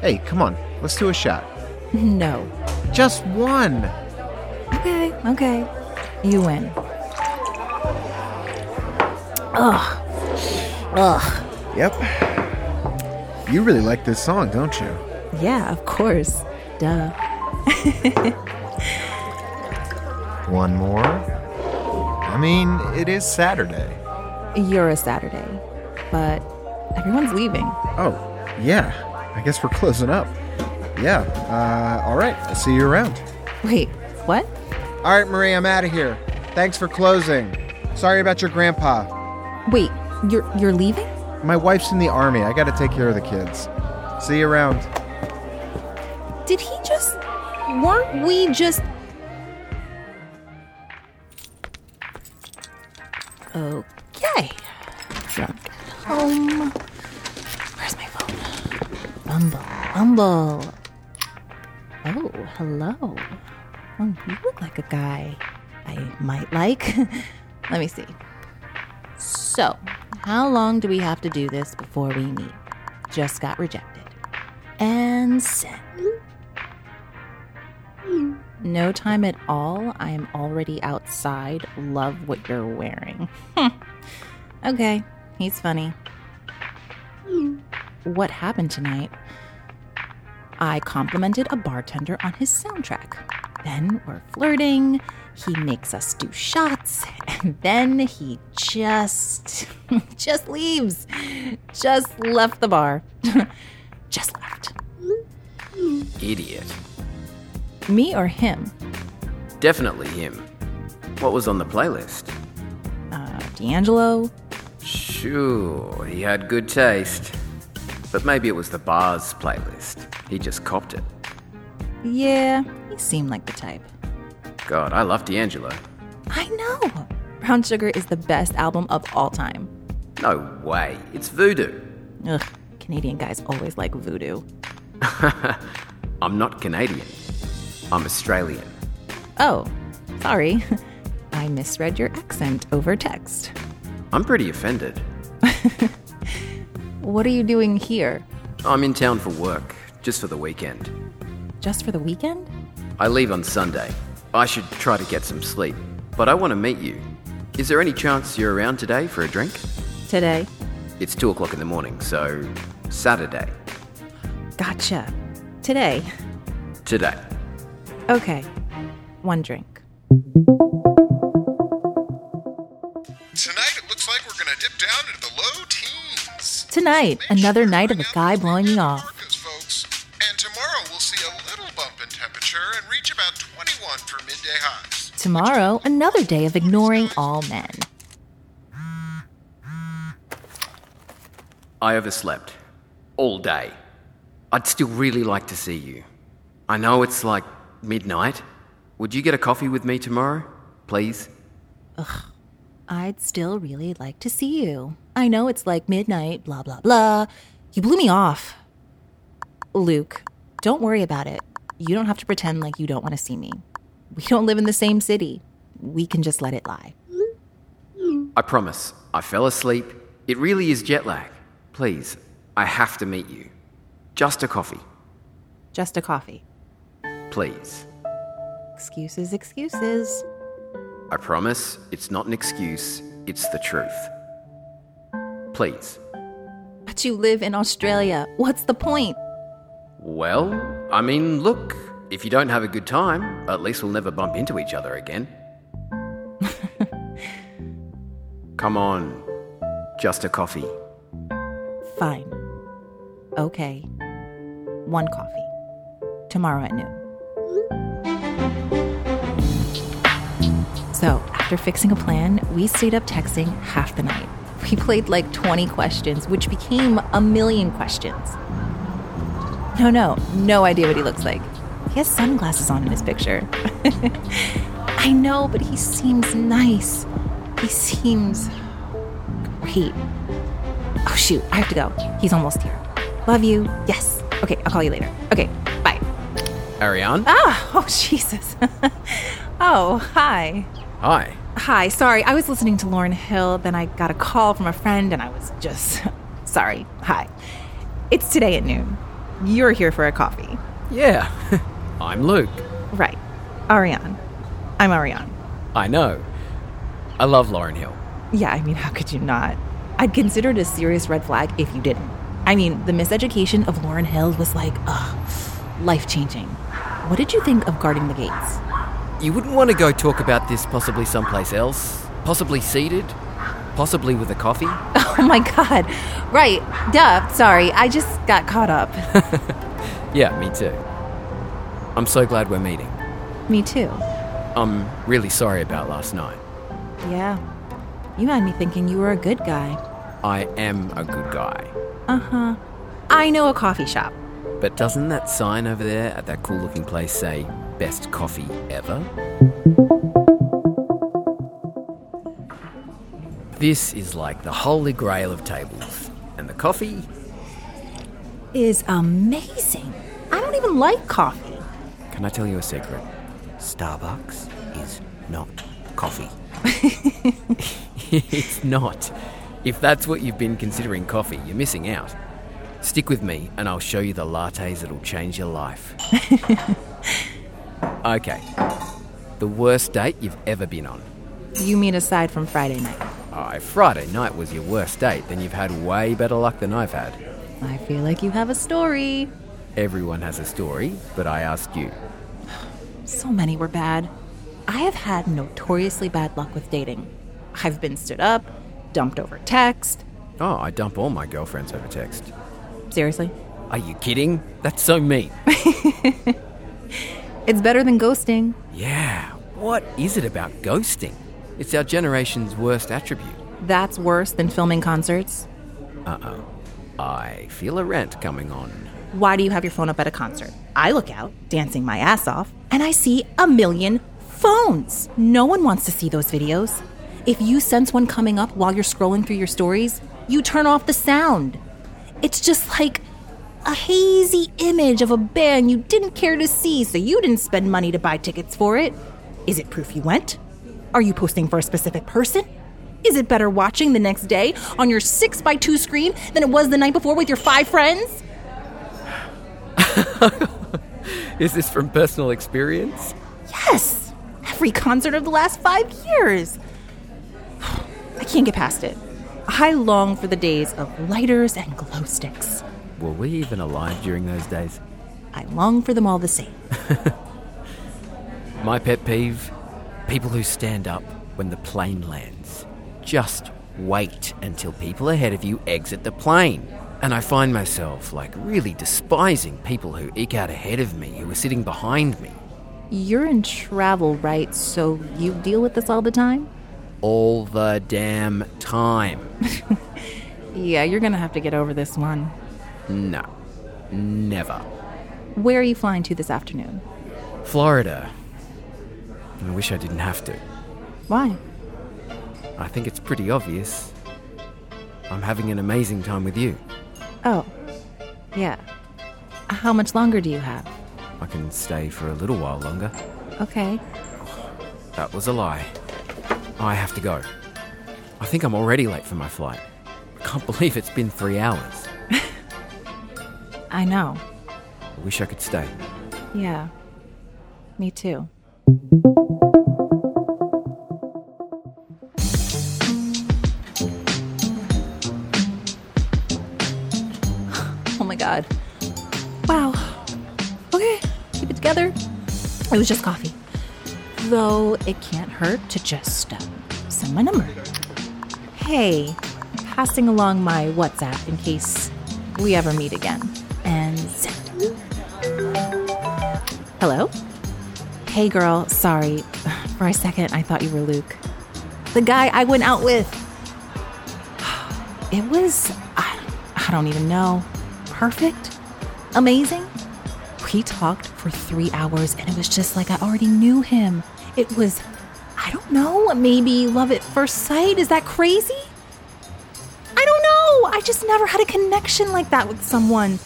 Hey, come on, let's do a shot. No. Just one. Okay, okay. You win. Ugh. Ugh. Yep. You really like this song, don't you? Yeah, of course. Duh. One more. I mean, it is Saturday. You're a Saturday. But everyone's leaving. Oh, yeah. I guess we're closing up. Yeah. Uh, all right. I'll see you around. Wait, what? All right, Marie, I'm out of here. Thanks for closing. Sorry about your grandpa. Wait, you're you're leaving? My wife's in the army. I got to take care of the kids. See you around. Did he just weren't we just Okay. Drunk at home. Where's my phone? Bumble. Bumble. Oh, hello. Oh, you look like a guy I might like. Let me see. So, how long do we have to do this before we meet? Just got rejected. And sent. No time at all. I am already outside. Love what you're wearing. okay, he's funny. What happened tonight? I complimented a bartender on his soundtrack. Then we're flirting. He makes us do shots, and then he just just leaves. Just left the bar. just left. Idiot. Me or him? Definitely him. What was on the playlist? Uh, D'Angelo? Sure, he had good taste. But maybe it was the bar's playlist. He just copped it. Yeah, he seemed like the type. God, I love D'Angelo. I know. Brown Sugar is the best album of all time. No way. It's voodoo. Ugh, Canadian guys always like voodoo. I'm not Canadian. I'm Australian. Oh, sorry. I misread your accent over text. I'm pretty offended. What are you doing here? I'm in town for work, just for the weekend. Just for the weekend? I leave on Sunday. I should try to get some sleep, but I want to meet you. Is there any chance you're around today for a drink? Today? It's 2 o'clock in the morning, so Saturday. Gotcha. Today. Today. Okay. One drink. Tonight, it looks like we're going to dip down into the low teens. Tonight, another night of a guy blowing me off. Americas, folks. And tomorrow, we'll see a little bump in temperature and reach about 21 for midday highs. Tomorrow, another day of ignoring all men. I overslept. All day. I'd still really like to see you. I know it's like midnight. Would you get a coffee with me tomorrow? Please? I'd still really like to see you. I know it's like midnight, blah, blah, blah. You blew me off. Luke, don't worry about it. You don't have to pretend like you don't want to see me. We don't live in the same city. We can just let it lie. I promise. I fell asleep. It really is jet lag. Please, I have to meet you. Just a coffee. Just a coffee. Please. Excuses, excuses. I promise it's not an excuse, it's the truth. Please. But you live in Australia. What's the point? Well, I mean, look, if you don't have a good time, at least we'll never bump into each other again. Come on, just a coffee. Fine. Okay. One coffee. Tomorrow at noon. So, after fixing a plan, we stayed up texting half the night. We played like 20 questions, which became a million questions. No, no, no idea what he looks like. He has sunglasses on in his picture. I know, but he seems nice. He seems great. Oh, shoot, I have to go. He's almost here. Love you. Yes. Okay, I'll call you later. Okay, bye. Ariane? Ah, oh, Jesus. oh, hi. Hi. Hi, sorry. I was listening to Lauren Hill, then I got a call from a friend, and I was just sorry. Hi. It's today at noon. You're here for a coffee. Yeah, I'm Luke. Right. Ariane. I'm Ariane. I know. I love Lauren Hill. Yeah, I mean, how could you not? I'd consider it a serious red flag if you didn't. I mean, the miseducation of Lauren Hill was like, ugh, life changing. What did you think of guarding the gates? You wouldn't want to go talk about this possibly someplace else, possibly seated, possibly with a coffee. Oh my god. Right. Duh. Sorry. I just got caught up. Yeah, me too. I'm so glad we're meeting. Me too. I'm really sorry about last night. Yeah. You had me thinking you were a good guy. I am a good guy. Uh huh. I know a coffee shop. But doesn't that sign over there at that cool looking place say, best coffee ever? This is like the holy grail of tables. And the coffee? Is amazing. I don't even like coffee. Can I tell you a secret? Starbucks is not coffee. it's not. If that's what you've been considering coffee, you're missing out. Stick with me, and I'll show you the lattes that'll change your life. okay. The worst date you've ever been on. You mean aside from Friday night? Oh, if Friday night was your worst date, then you've had way better luck than I've had. I feel like you have a story. Everyone has a story, but I ask you. So many were bad. I have had notoriously bad luck with dating. I've been stood up, dumped over text. Oh, I dump all my girlfriends over text. Seriously? Are you kidding? That's so mean. It's better than ghosting. yeah. What is it about ghosting? It's our generation's worst attribute. That's worse than filming concerts. Uh oh. I feel a rant coming on. Why do you have your phone up at a concert? I look out, dancing my ass off, and I see a million phones. No one wants to see those videos. If you sense one coming up while you're scrolling through your stories, you turn off the sound. It's just like a hazy image of a band you didn't care to see, so you didn't spend money to buy tickets for it. Is it proof you went? Are you posting for a specific person? Is it better watching the next day on your 6x2 screen than it was the night before with your five friends? Is this from personal experience? Yes! Every concert of the last five years! I can't get past it. I long for the days of lighters and glow sticks. Were we even alive during those days? I long for them all the same. My pet peeve people who stand up when the plane lands. Just wait until people ahead of you exit the plane. And I find myself like really despising people who eke out ahead of me, who are sitting behind me. You're in travel, right? So you deal with this all the time? All the damn time. Yeah, you're gonna have to get over this one. No, never. Where are you flying to this afternoon? Florida. I wish I didn't have to. Why? I think it's pretty obvious. I'm having an amazing time with you. Oh, yeah. How much longer do you have? I can stay for a little while longer. Okay. That was a lie. I have to go. I think I'm already late for my flight. I can't believe it's been three hours. I know. I wish I could stay. Yeah. Me too. Oh my god. Wow. Okay, keep it together. It was just coffee. Though it can't hurt to just uh, send my number. Hey, passing along my WhatsApp in case we ever meet again. And send. Hello? Hey girl, sorry. For a second, I thought you were Luke. The guy I went out with. It was, I, I don't even know, perfect? Amazing? We talked for three hours and it was just like I already knew him. It was, I don't know, maybe love at first sight? Is that crazy? I don't know. I just never had a connection like that with someone.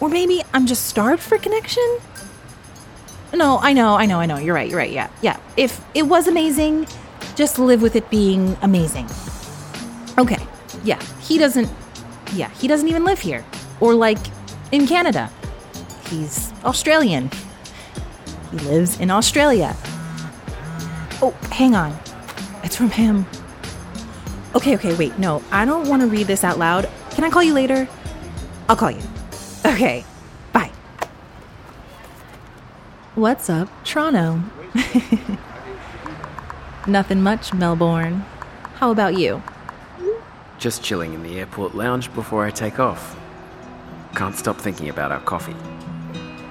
Or maybe I'm just starved for connection? No, I know, I know, I know. You're right, you're right. Yeah, yeah. If it was amazing, just live with it being amazing. Okay, yeah. He doesn't, yeah, he doesn't even live here. Or like in Canada. He's Australian. He lives in Australia. Oh, hang on. It's from him. Okay, okay, wait. No, I don't want to read this out loud. Can I call you later? I'll call you. Okay, bye. What's up, Toronto? Nothing much, Melbourne. How about you? Just chilling in the airport lounge before I take off. Can't stop thinking about our coffee.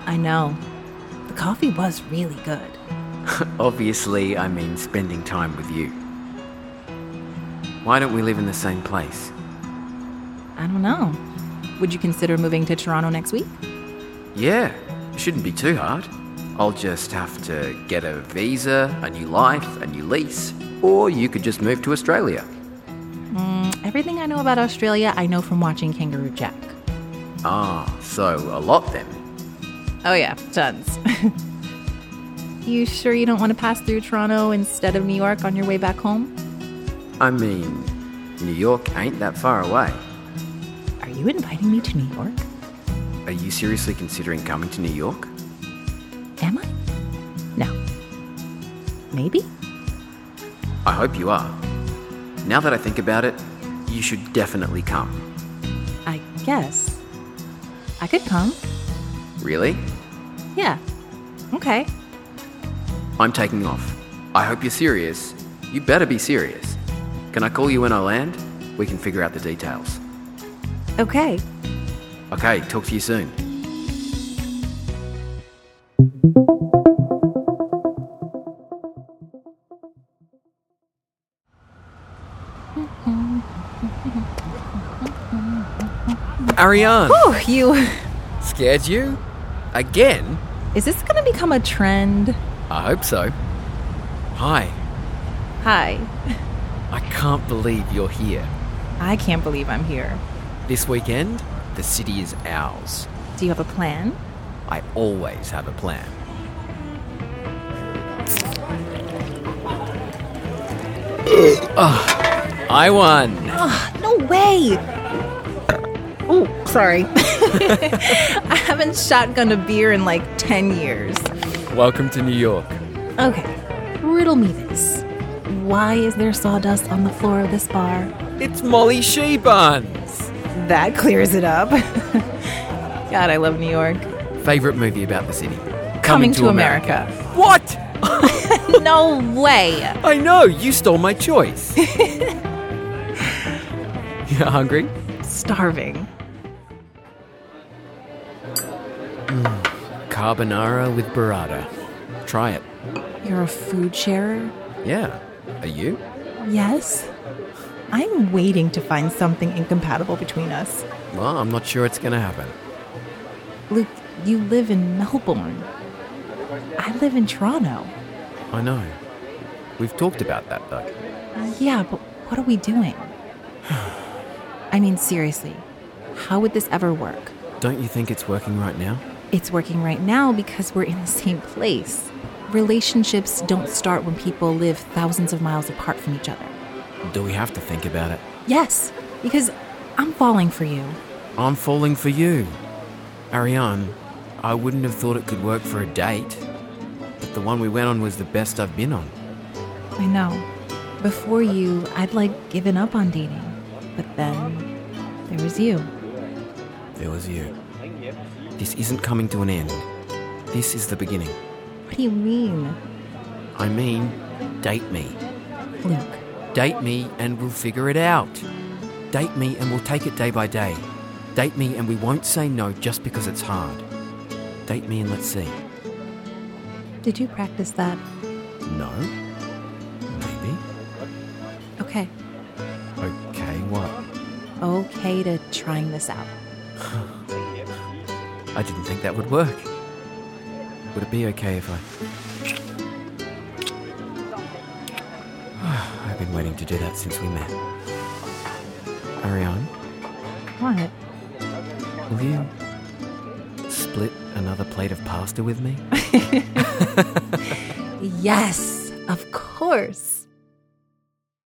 I know. The coffee was really good. Obviously, I mean spending time with you. Why don't we live in the same place? I don't know. Would you consider moving to Toronto next week? Yeah, it shouldn't be too hard. I'll just have to get a visa, a new life, a new lease, or you could just move to Australia. Everything I know about Australia, I know from watching Kangaroo Jack. Ah, so a lot then. Oh, yeah, tons. you sure you don't want to pass through Toronto instead of New York on your way back home? I mean, New York ain't that far away. Are you inviting me to New York? Are you seriously considering coming to New York? Am I? No. Maybe? I hope you are. Now that I think about it, you should definitely come. I guess. I could come. Really? Yeah. Okay. I'm taking off. I hope you're serious. You better be serious. Can I call you when I land? We can figure out the details. Okay. Okay, talk to you soon. Ariane! Oh, you. Scared you? Again? Is this going to become a trend? I hope so. Hi, Hi. I can't believe you're here. I can't believe I'm here. This weekend, the city is ours. Do you have a plan? I always have a plan. Ah, I won! No way! Oh, sorry. I haven't shotgunned a beer in like 10 years. Welcome to New York. Okay, riddle me this. Why is there sawdust on the floor of this bar? It's Molly Sheebuns! That clears it up. God, I love New York. Favorite movie about the city? Coming, What? no way! I know, you stole my choice. you hungry? Starving. Carbonara with burrata. Try it. You're a food sharer? Yeah. Are you? Yes. I'm waiting to find something incompatible between us. Well, I'm not sure it's going to happen. Luke, you live in Melbourne. I live in Toronto. I know. We've talked about that, though. Yeah, but what are we doing? I mean, seriously, how would this ever work? Don't you think it's working right now? It's working right now because we're in the same place. Relationships don't start when people live thousands of miles apart from each other. Do we have to think about it? Yes, because I'm falling for you. I'm falling for you. Ariane, I wouldn't have thought it could work for a date. But the one we went on was the best I've been on. I know. Before you, I'd like given up on dating. But then there was you. There was you. This isn't coming to an end. This is the beginning. What do you mean, I mean, date me. Luke? Date me and we'll figure it out. Date me and we'll take it day by day. Date me and we won't say no just because it's hard. Date me and let's see. Did you practice that? No? Maybe? Okay. Okay, what? Okay to trying this out. I didn't think that would work. Would it be okay if I. I've been waiting to do that since we met. Ariane, What? will you split another plate of pasta with me? Yes, of course.